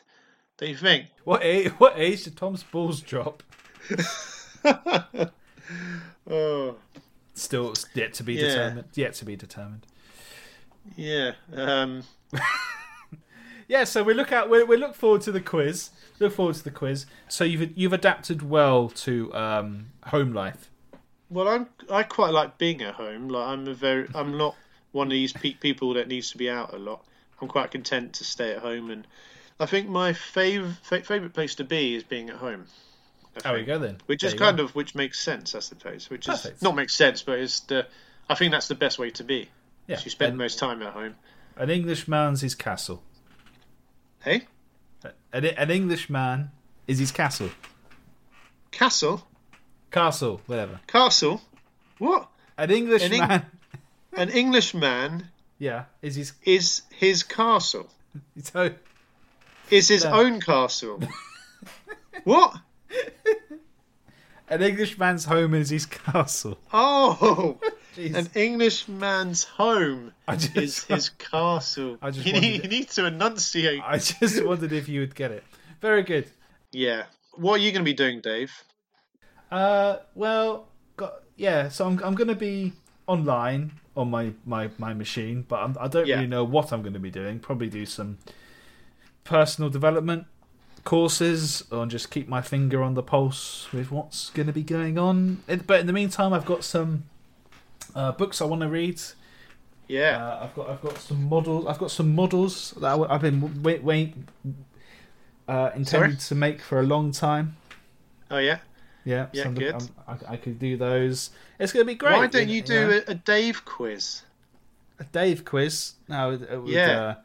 S2: Don't you think?
S1: What age? What age did Tom's balls drop?
S2: Oh,
S1: Still it's yet to be
S2: Yeah.
S1: determined. Yet to be determined.
S2: yeah. Um,
S1: Yeah, so we look out. We, we look forward to the quiz. Look forward to the quiz. So you've you've adapted well to um, home life.
S2: well, I'm I quite like being at home. Like I'm a very I'm not one of these pe- people that needs to be out a lot. I'm quite content to stay at home and I think my fav- fa- favorite place to be is being at home. I
S1: There we
S2: think.
S1: go then.
S2: Which
S1: There
S2: is
S1: you
S2: kind
S1: are.
S2: of which makes sense, I suppose. Which
S1: Perfect.
S2: is not makes sense, but it's the I think that's the best way to be.
S1: Yeah,
S2: You spend
S1: and-
S2: most time at home.
S1: An Englishman's his castle.
S2: Hey?
S1: An, an Englishman is his castle.
S2: Castle?
S1: Castle, whatever.
S2: Castle? What?
S1: An Englishman.
S2: Eng- an Englishman
S1: yeah, is his.
S2: is his castle.
S1: So,
S2: Is his
S1: No.
S2: own castle. what?
S1: an Englishman's home is his castle.
S2: Oh,
S1: Jeez.
S2: an Englishman's home
S1: I just-
S2: is his castle.
S1: I just
S2: you, need,
S1: wondered-
S2: you need to enunciate.
S1: I just wondered if you would get it. Very good.
S2: Yeah. What are you going to be doing, Dave?
S1: Uh, well, got, yeah. So I'm I'm gonna be online on my my my machine, but I'm, I don't
S2: Yeah.
S1: really know what I'm gonna be doing. Probably do some personal development courses, or just keep my finger on the pulse with what's gonna be going on. And- But in the meantime, I've got some uh, books I want to read.
S2: Yeah.
S1: Uh, I've got I've got some models. I've got some models that I, have been wait wait uh, intended to make for a long time.
S2: oh, yeah.
S1: Yeah,
S2: Yeah,
S1: some-
S2: good.
S1: um, I, I could do those. It's going to be great.
S2: Why don't you do
S1: know?
S2: a, a Dave quiz?
S1: a Dave quiz? No, it, it would,
S2: Yeah.
S1: Uh,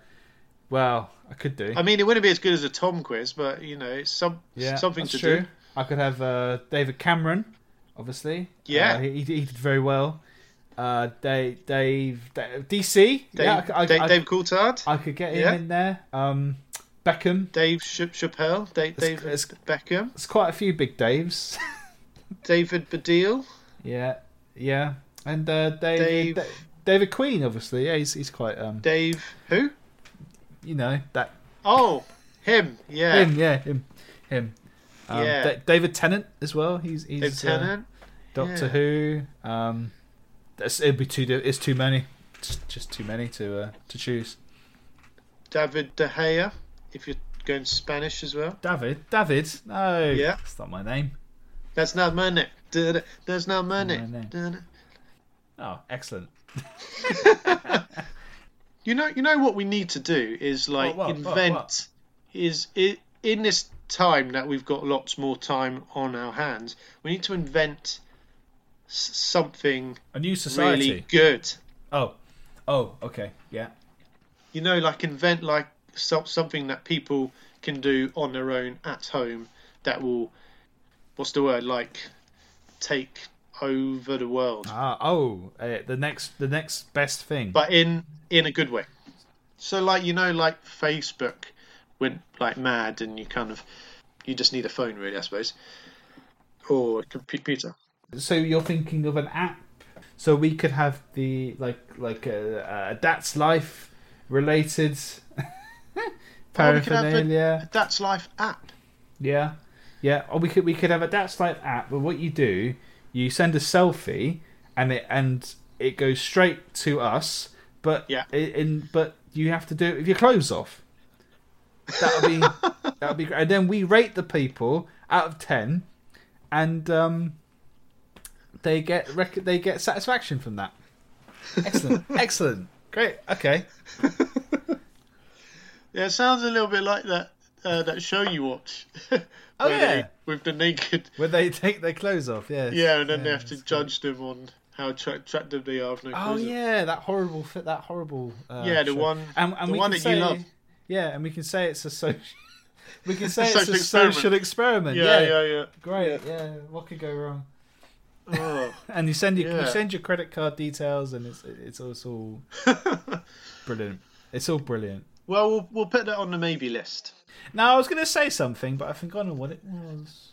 S1: well, I could do.
S2: I mean, it wouldn't be as good as a Tom quiz, but you know, it's some
S1: yeah,
S2: something
S1: that's
S2: to
S1: true.
S2: do.
S1: I could have uh, David Cameron, obviously.
S2: Yeah.
S1: Uh, he, he did very well. Uh, Dave, Dave, Dave, DC.
S2: Dave,
S1: yeah, I c- I,
S2: Dave,
S1: I-
S2: Dave Coulthard,
S1: I could get him
S2: Yeah.
S1: in there. Um, Beckham.
S2: Dave Ch- Chappelle, Dave,
S1: It's-
S2: Dave
S1: it's-
S2: Beckham,
S1: It's quite a few big Daves.
S2: David Baddiel.
S1: yeah, yeah, and uh, David,
S2: Dave-
S1: Da- David Queen, obviously. Yeah, he's he's quite um,
S2: Dave who?
S1: you know that
S2: Oh, him. Yeah.
S1: Him, yeah, him, him. Um,
S2: Yeah.
S1: Da- David Tennant as well. He's he's
S2: Dave
S1: uh,
S2: Tennant.
S1: Doctor
S2: yeah.
S1: Who. Um, that's, it'd be too. It's too many. It's just too many to uh, to choose.
S2: David De Gea, if you're going Spanish as well.
S1: David, David. No,
S2: Yeah.
S1: that's not my name.
S2: That's not my name. Da-da. That's not my
S1: Not my
S2: name.
S1: name.
S2: Da-da.
S1: Oh, excellent.
S2: You know, you know what we need to do is like
S1: What, what, what,
S2: invent
S1: what?
S2: is i in this time that we've got lots more time on our hands. We need to invent s- something
S1: A new society.
S2: really good.
S1: Oh, oh, okay, yeah.
S2: You know, like invent like so- something that people can do on their own at home that will, what's the word like, take over the world.
S1: Ah, oh, uh, the next, the next best thing.
S2: but in in a good way. So like you know like Facebook went like mad and you kind of you just need a phone really I suppose or a computer.
S1: so you're thinking of an app so we could have the like like a, a that's life related
S2: Or Oh, we could have a-
S1: paraphernalia
S2: a That's Life app.
S1: yeah yeah or we could we could have a that's life app but what you do you send a selfie and it and it goes straight to us but
S2: Yeah.
S1: i- in but you have to do it with your clothes off that'll be that'll be great and then we rate the people out of 10 and um they get rec- they get satisfaction from that. Excellent, excellent, great. Okay,
S2: Yeah, it sounds a little bit like that uh, that show you watch.
S1: Oh,
S2: where
S1: yeah.
S2: they- with the naked.
S1: where they take their clothes off, yeah,
S2: Yeah, and then they have to judge them on how attra- attractive they are. With no
S1: Oh
S2: clothes on.
S1: yeah, that horrible fit, that horrible. Uh,
S2: Yeah, the
S1: show.
S2: one-
S1: and, and
S2: the
S1: we
S2: one
S1: can
S2: that you
S1: say-
S2: love.
S1: Yeah, and we can say it's a social. we can say it's
S2: Social
S1: a
S2: experiment.
S1: social experiment.
S2: Yeah,
S1: Yeah,
S2: yeah, yeah.
S1: great. Yeah. what could go wrong?
S2: Oh.
S1: And you send your you
S2: Yeah.
S1: send your credit card details, and it's it's, all- it's all brilliant. It's all brilliant.
S2: Well, well, we'll put that on the maybe list.
S1: Now I was going to say something, but I've forgotten what it was.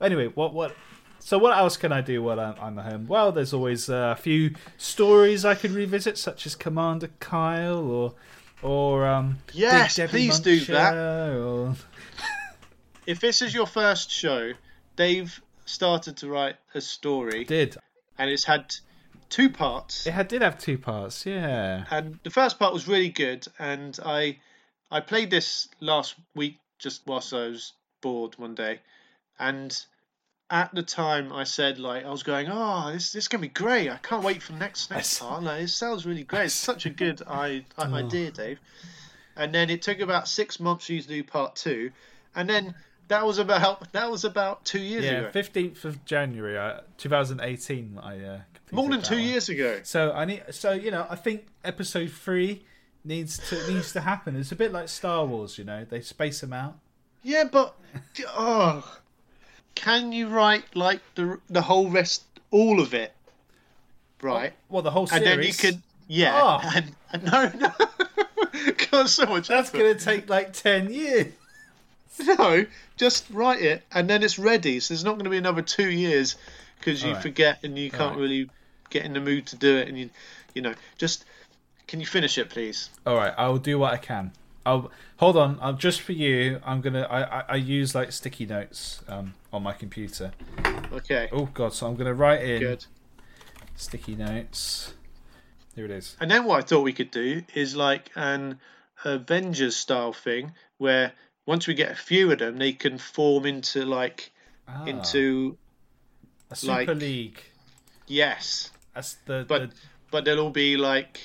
S1: Anyway, what what? So what else can I do while I'm, I'm at home? Well, there's always uh, a few stories I could revisit, such as Commander Kyle or or um. Big
S2: Yes,
S1: Debbie
S2: please do
S1: Muncher
S2: that.
S1: or-
S2: If this is your first show, Dave started to write a story,
S1: did
S2: and it's had two parts.
S1: it had did have two parts? Yeah.
S2: And the first part was really good, and I I played this last week just whilst I was bored one day, and at the time I said like I was going, oh, this this gonna be great. I can't wait for next next part. Like, it sounds really great. It's such a good I, I, idea, Dave. and then it took about six months for you to do part two, and then that was about that was about two years
S1: yeah,
S2: ago.
S1: fifteenth of January, uh, two thousand eighteen. I uh,
S2: More than
S1: completed that
S2: two
S1: one.
S2: years ago.
S1: So I need. So you know, I think episode three needs to needs to happen. It's a bit like Star Wars. You know, they space them out.
S2: Yeah, but oh, can you write like the the whole rest, all of it, right?
S1: Well, the whole
S2: and
S1: Oh, series.
S2: then you could, yeah,
S1: Oh.
S2: and, and no, no, because so much.
S1: That's
S2: effort.
S1: gonna take like ten years.
S2: No, just write it, and then it's ready. So there's not going to be another two years because you
S1: Alright.
S2: forget and you can't
S1: Alright.
S2: really get in the mood to do it, and you, you know, just can you finish it, please?
S1: All right, I'll do what I can. I'll hold on. I'll just for you. I'm gonna. I I, I use like sticky notes um, on my computer.
S2: Okay,
S1: Oh God! So I'm gonna write in
S2: good.
S1: sticky notes. Here it is.
S2: And then what I thought we could do is like an Avengers style thing where once we get a few of them, they can form into like
S1: Ah,
S2: into
S1: a super
S2: like-
S1: league.
S2: yes,
S1: That's the,
S2: but
S1: the
S2: but they'll all be like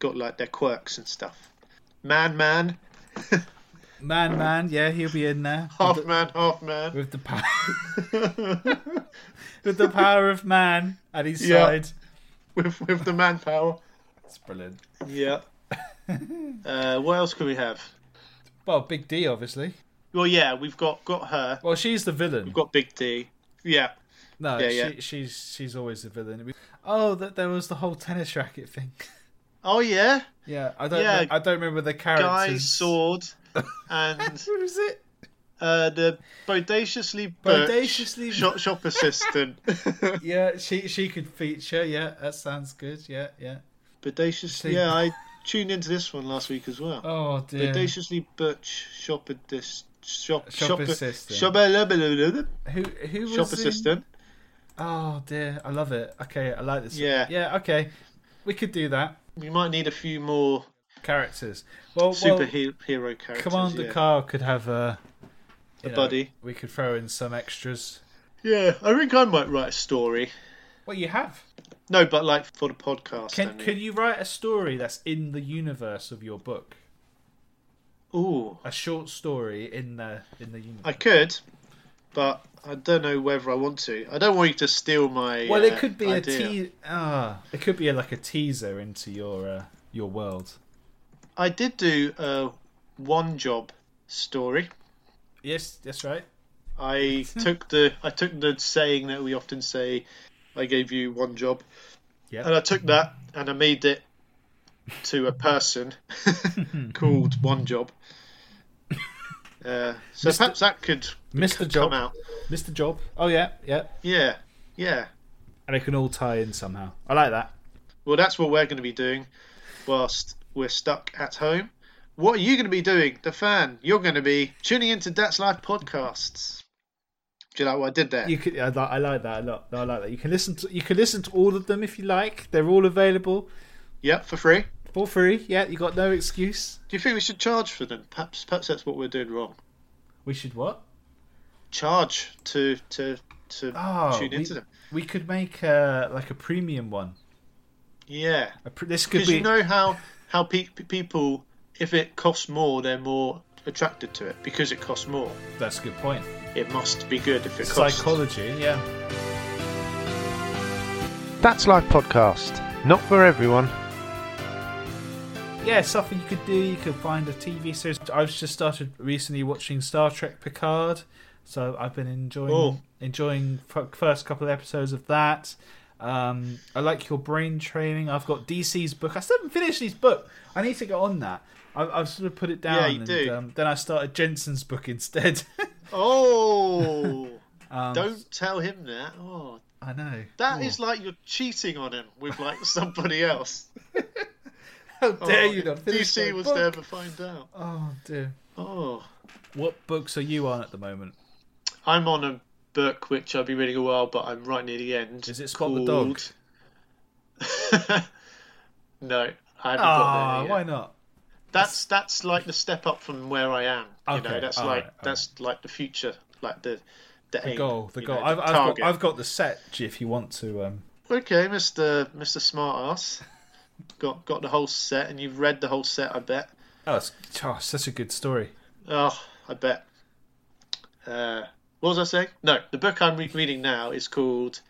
S2: got like their quirks and stuff. Man, man,
S1: man, man. Yeah, he'll be in there.
S2: half man, half man.
S1: with the power with the power of man at his
S2: Yeah.
S1: side.
S2: with with the manpower.
S1: It's brilliant.
S2: Yeah. uh, what else can we have?
S1: Well, Big D, obviously.
S2: Well, yeah, we've got got her.
S1: Well, she's the villain.
S2: We've got Big D. Yeah.
S1: no,
S2: yeah,
S1: she,
S2: yeah.
S1: she's she's always the villain. We- Oh, that there was the whole tennis racket thing.
S2: Oh yeah.
S1: yeah, I don't.
S2: Yeah,
S1: know- I don't remember the characters.
S2: Guy, sword, and
S1: What was it?
S2: Uh, the bodaciously butch
S1: Bodaciously-
S2: shop, shop assistant.
S1: Yeah, she she could feature. Yeah, that sounds good. Yeah, yeah.
S2: Bodaciously, yeah, I tuned into this one last week as well.
S1: Oh dear.
S2: Bodaciously butch shop assist- shop
S1: Shop assistant.
S2: shop shop
S1: Who who was in-
S2: assistant.
S1: Oh dear, I love it. Okay, I like this.
S2: Yeah.
S1: yeah. Okay, we could do that.
S2: We might need a few more
S1: Characters. Well, well,
S2: superhero characters.
S1: Commander
S2: yeah.
S1: Carl could have a, you know,
S2: buddy.
S1: We could throw in some extras.
S2: Yeah, I think I might write a story.
S1: Well, you have.
S2: No, but like for the podcast. I
S1: Can
S2: mean.
S1: can you write a story that's in the universe of your book?
S2: Ooh,
S1: A short story in the in the universe.
S2: I could, but I don't know whether I want to. I don't want you to steal my.
S1: well,
S2: uh,
S1: it could be
S2: idea.
S1: a te- ah, it could be a, like a teaser into your uh, your world.
S2: I did do a one job story.
S1: Yes, that's right.
S2: I took the I took the saying that we often say, "I gave you one job,"
S1: Yeah.
S2: and I took that and I made it to a person called One Job. Uh, so perhaps that could
S1: Mr. Job.
S2: come out.
S1: Mr. Job. Oh yeah, yeah.
S2: Yeah, yeah.
S1: And it can all tie in somehow. I like that.
S2: Well, that's what we're going to be doing whilst we're stuck at home. What are you going to be doing, the fan? You're going to be tuning into That's Life podcasts. Do you like what I did there?
S1: You could. I, li- I like that a lot. I like that. You can listen to you can listen to all of them if you like. They're all available
S2: Yep, for free.
S1: for free. Yeah, you got no excuse.
S2: Do you think we should charge for them? Perhaps, perhaps that's what we're doing wrong.
S1: We should what?
S2: Charge to to to
S1: Oh,
S2: tune
S1: we,
S2: into them.
S1: we could make a, like a premium one.
S2: Yeah,
S1: A pre- this could
S2: because
S1: be.
S2: you know how how pe- pe- people if it costs more, they're more attracted to it because it costs more.
S1: that's a good point.
S2: It must be good if it costs.
S1: Psychology. Yeah.
S2: That's Life podcast, not for everyone.
S1: Yeah, something you could do. You could find a TV series. I've just started recently watching Star Trek Picard, so I've been enjoying
S2: Oh.
S1: enjoying f- first couple of episodes of that. Um, I like your brain training. I've got DC's book. I still haven't finished his book. I need to get on that. I've, I've sort of put it down.
S2: Yeah, you
S1: and,
S2: do.
S1: Um, then I started Jensen's book instead.
S2: Oh,
S1: Um,
S2: don't tell him that. Oh,
S1: I know.
S2: that is
S1: Oh.
S2: like you're cheating on him with like somebody else.
S1: How dare
S2: Oh,
S1: you not finish
S2: DC
S1: my
S2: was
S1: book?
S2: there to find out.
S1: Oh dear.
S2: Oh,
S1: What books are you on at the moment?
S2: I'm on a book which I've been reading a while, but I'm right near the end.
S1: Is it Spot the Dog?
S2: Dog? no, I haven't got
S1: Ah,
S2: there yet.
S1: why not?
S2: That's that's like the step up from where I am. you
S1: Okay,
S2: know, that's
S1: all
S2: like
S1: right, all
S2: that's like the future, like the the,
S1: The
S2: aim,
S1: goal, the
S2: you
S1: goal.
S2: know, the
S1: I've, I've, got,
S2: target.
S1: I've got the set. If you want to, um,
S2: Okay, Mister Mister Smartass, got got the whole set, and you've read the whole set, I bet.
S1: Oh, it's, oh, such a good story.
S2: Oh, I bet. Uh, what was I saying? No, the book I'm re- reading now is called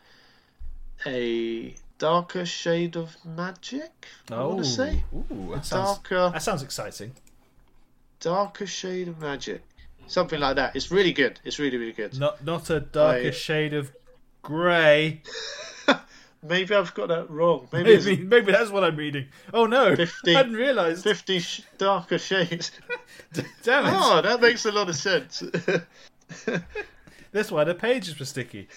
S2: A Darker Shade of Magic. I want
S1: Oh,
S2: to say.
S1: ooh,
S2: A
S1: that sounds-
S2: darker,
S1: That sounds exciting.
S2: darker Shade of Magic. Something like that. It's really good. It's really, really good.
S1: Not not a darker
S2: I-
S1: shade of grey.
S2: Maybe I've got that wrong. Maybe,
S1: Maybe
S2: it's
S1: maybe that's what I'm reading. Oh no,
S2: Fifty-
S1: I hadn't realised.
S2: 50 sh- Darker Shades.
S1: Damn it!
S2: oh, that makes a lot of sense.
S1: That's why the pages were sticky.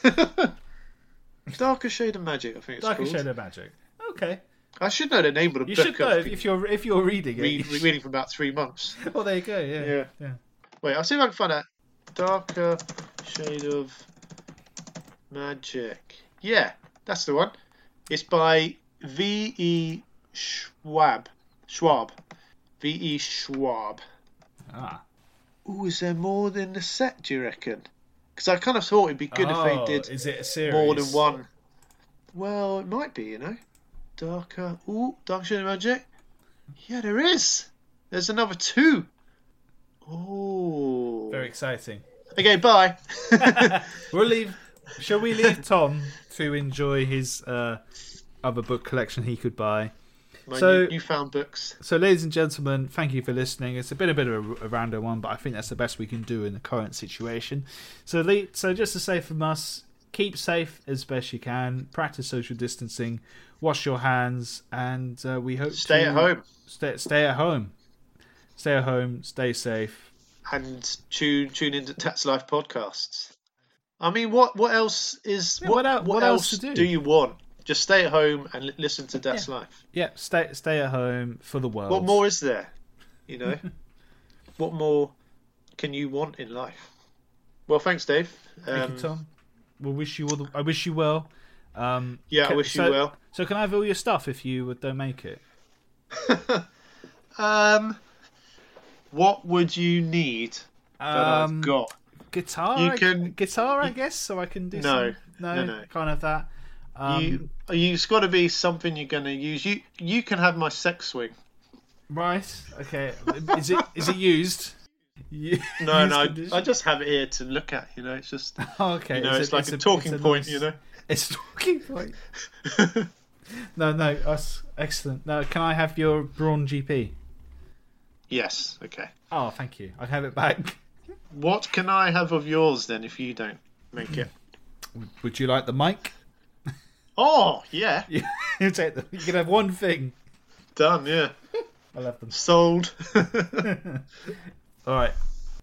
S2: darker Shade of Magic, I think it's
S1: Darker
S2: called.
S1: shade of magic. Okay,
S2: I should know the name of the
S1: you
S2: book.
S1: should know
S2: I've
S1: if,
S2: been
S1: if you're if you're reading it.
S2: read-
S1: you should-
S2: reading for about three months.
S1: Oh, there you go. Yeah,
S2: Yeah.
S1: yeah.
S2: Wait, I'll see if I can find that. Darker Shade of Magic. Yeah, that's the one. It's by V.E. Schwab. Schwab. V.E. Schwab.
S1: Ah.
S2: Ooh, is there more than the set, do you reckon? Because I kind of thought it'd be good
S1: oh,
S2: if they did
S1: Is it a series?
S2: more than one. Well, it might be, you know. Darker. Ooh, Dark Shade of Magic. Yeah, there is. There's another two. Oh.
S1: Very exciting.
S2: Okay, bye.
S1: We'll leave. Shall we leave Tom to enjoy his uh, other book collection he could buy?
S2: My
S1: So-
S2: new, newfound books.
S1: So, ladies and gentlemen, thank you for listening. It's been a bit of a, a random one, but I think that's the best we can do in the current situation. So, le- so just to say from us, keep safe as best you can, practice social distancing, wash your hands, and uh, we hope
S2: Stay
S1: to-
S2: at home
S1: Stay, stay at home. Stay at home. Stay safe.
S2: and tune tune into Tats Life podcasts. I mean, what what else is
S1: Yeah,
S2: what
S1: what el-
S2: what,
S1: what else
S2: else,
S1: to do?
S2: do you want? Just stay at home and li- listen to Tats Life.
S1: Yeah, stay stay at home for the world.
S2: What more is there? You know, what more can you want in life? Well, thanks, Dave. Um,
S1: Thank you, Tom. We'll wish you all. The, I wish you well. Um,
S2: Yeah, I
S1: ca-
S2: wish you
S1: so-
S2: well.
S1: So, can I have all your stuff if you don't make it?
S2: Um, what would you need that
S1: Um,
S2: I've got?
S1: guitar.
S2: You
S1: I-
S2: can-
S1: guitar, I guess, so I can do.
S2: No,
S1: some, no,
S2: no, no.
S1: kind of that. Um,
S2: you, it's got to be something you're going to use. You, you can have my sex swing.
S1: Right. Okay. Is it is it used? You-
S2: No,
S1: used
S2: no,
S1: condition?
S2: I, I just have it here to look at. You know, it's just you
S1: Oh, okay.
S2: know,
S1: it's
S2: it's,
S1: a-
S2: like
S1: it's
S2: a,
S1: a-
S2: talking
S1: it's a
S2: point.
S1: nice-
S2: You know,
S1: It's talking point. no, no, that's excellent. Now, can I have your brawn GP?
S2: yes, okay.
S1: Oh, thank you. I have it back.
S2: What can I have of yours then if you don't make it?
S1: Would you like the mic?
S2: Oh, yeah,
S1: you take the, you can have one thing.
S2: done. Yeah,
S1: I love them.
S2: sold. Oh,
S1: All right.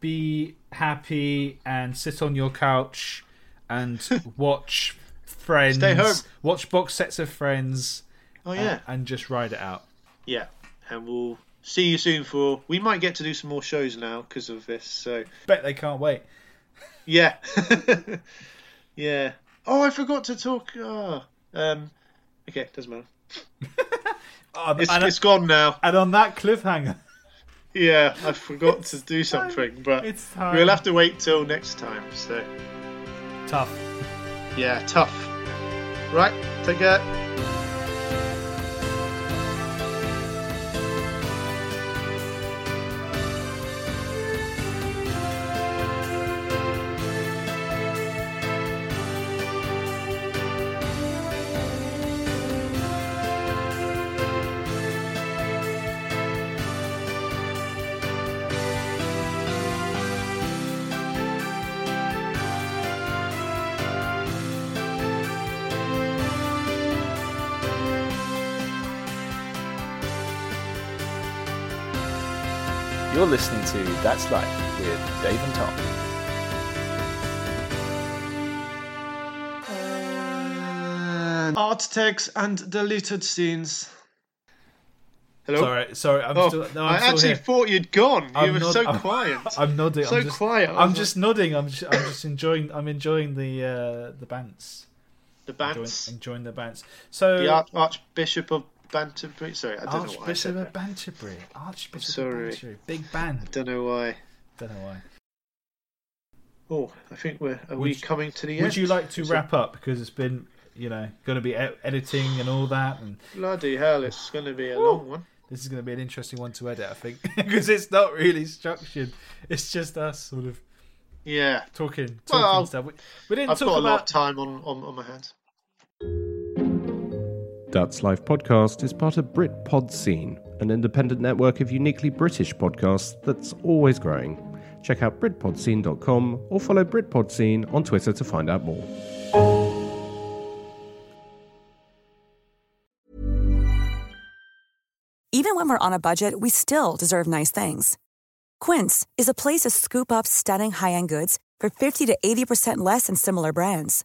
S1: Be happy and sit on your couch and watch Friends.
S2: Stay home.
S1: Watch box sets of Friends
S2: oh yeah,
S1: and just ride it out.
S2: yeah. And we'll see you soon for. We might get to do some more shows now because of this. So
S1: Bet they can't wait.
S2: yeah, yeah. Oh, I forgot to talk. Oh, um, okay, doesn't matter.
S1: Oh,
S2: It's,
S1: and,
S2: it's gone now.
S1: and on that cliffhanger,
S2: Yeah, I forgot to do something, but
S1: it's time.
S2: We'll have to wait till next time. So,
S1: tough.
S2: yeah, tough. Right, take care.
S3: You're listening to That's Life with Dave and Tom.
S2: Art text and deleted scenes. Hello.
S1: Sorry, sorry. I'm
S2: Oh,
S1: still. No,
S2: I
S1: I'm still
S2: actually
S1: here.
S2: thought you'd gone.
S1: I'm
S2: you were
S1: nod-
S2: so
S1: I'm-
S2: quiet.
S1: I'm nodding.
S2: So
S1: I'm just,
S2: quiet. I was
S1: I'm
S2: like-
S1: just nodding. I'm just, I'm just enjoying. I'm enjoying the uh, the bants.
S2: the
S1: Enjoying,
S2: Bants,
S1: enjoying the bants. So
S2: the Arch- Archbishop of Banterbury. Sorry, I don't know why. I
S1: Archbishop of
S2: said that.
S1: Banterbury. Archbishop
S2: Sorry.
S1: of Banterbury. Big band.
S2: Don't know why.
S1: Don't know why.
S2: Oh, I think we're. Are
S1: Would
S2: we
S1: you-
S2: coming to the end?
S1: Would you like to
S2: Is
S1: wrap up because it's been you know going to be e- editing and all that and
S2: It... Bloody hell! It's going to be a long one.
S1: This is going to be an interesting one to edit, I think, because it's not really structured. It's just us sort of
S2: yeah
S1: talking, talking
S2: Well,
S1: stuff. We, we didn't
S2: I've
S1: talk
S2: got a
S1: about
S2: lot of time on, on, on my hands.
S6: That's Life podcast is part of Britpod Scene, an independent network of uniquely British podcasts that's always growing. Check out BritpodScene.com or follow Britpod Scene on Twitter to find out more.
S7: Even when we're on a budget, we still deserve nice things. Quince is a place to scoop up stunning high end goods for 50 to 80% less than similar brands.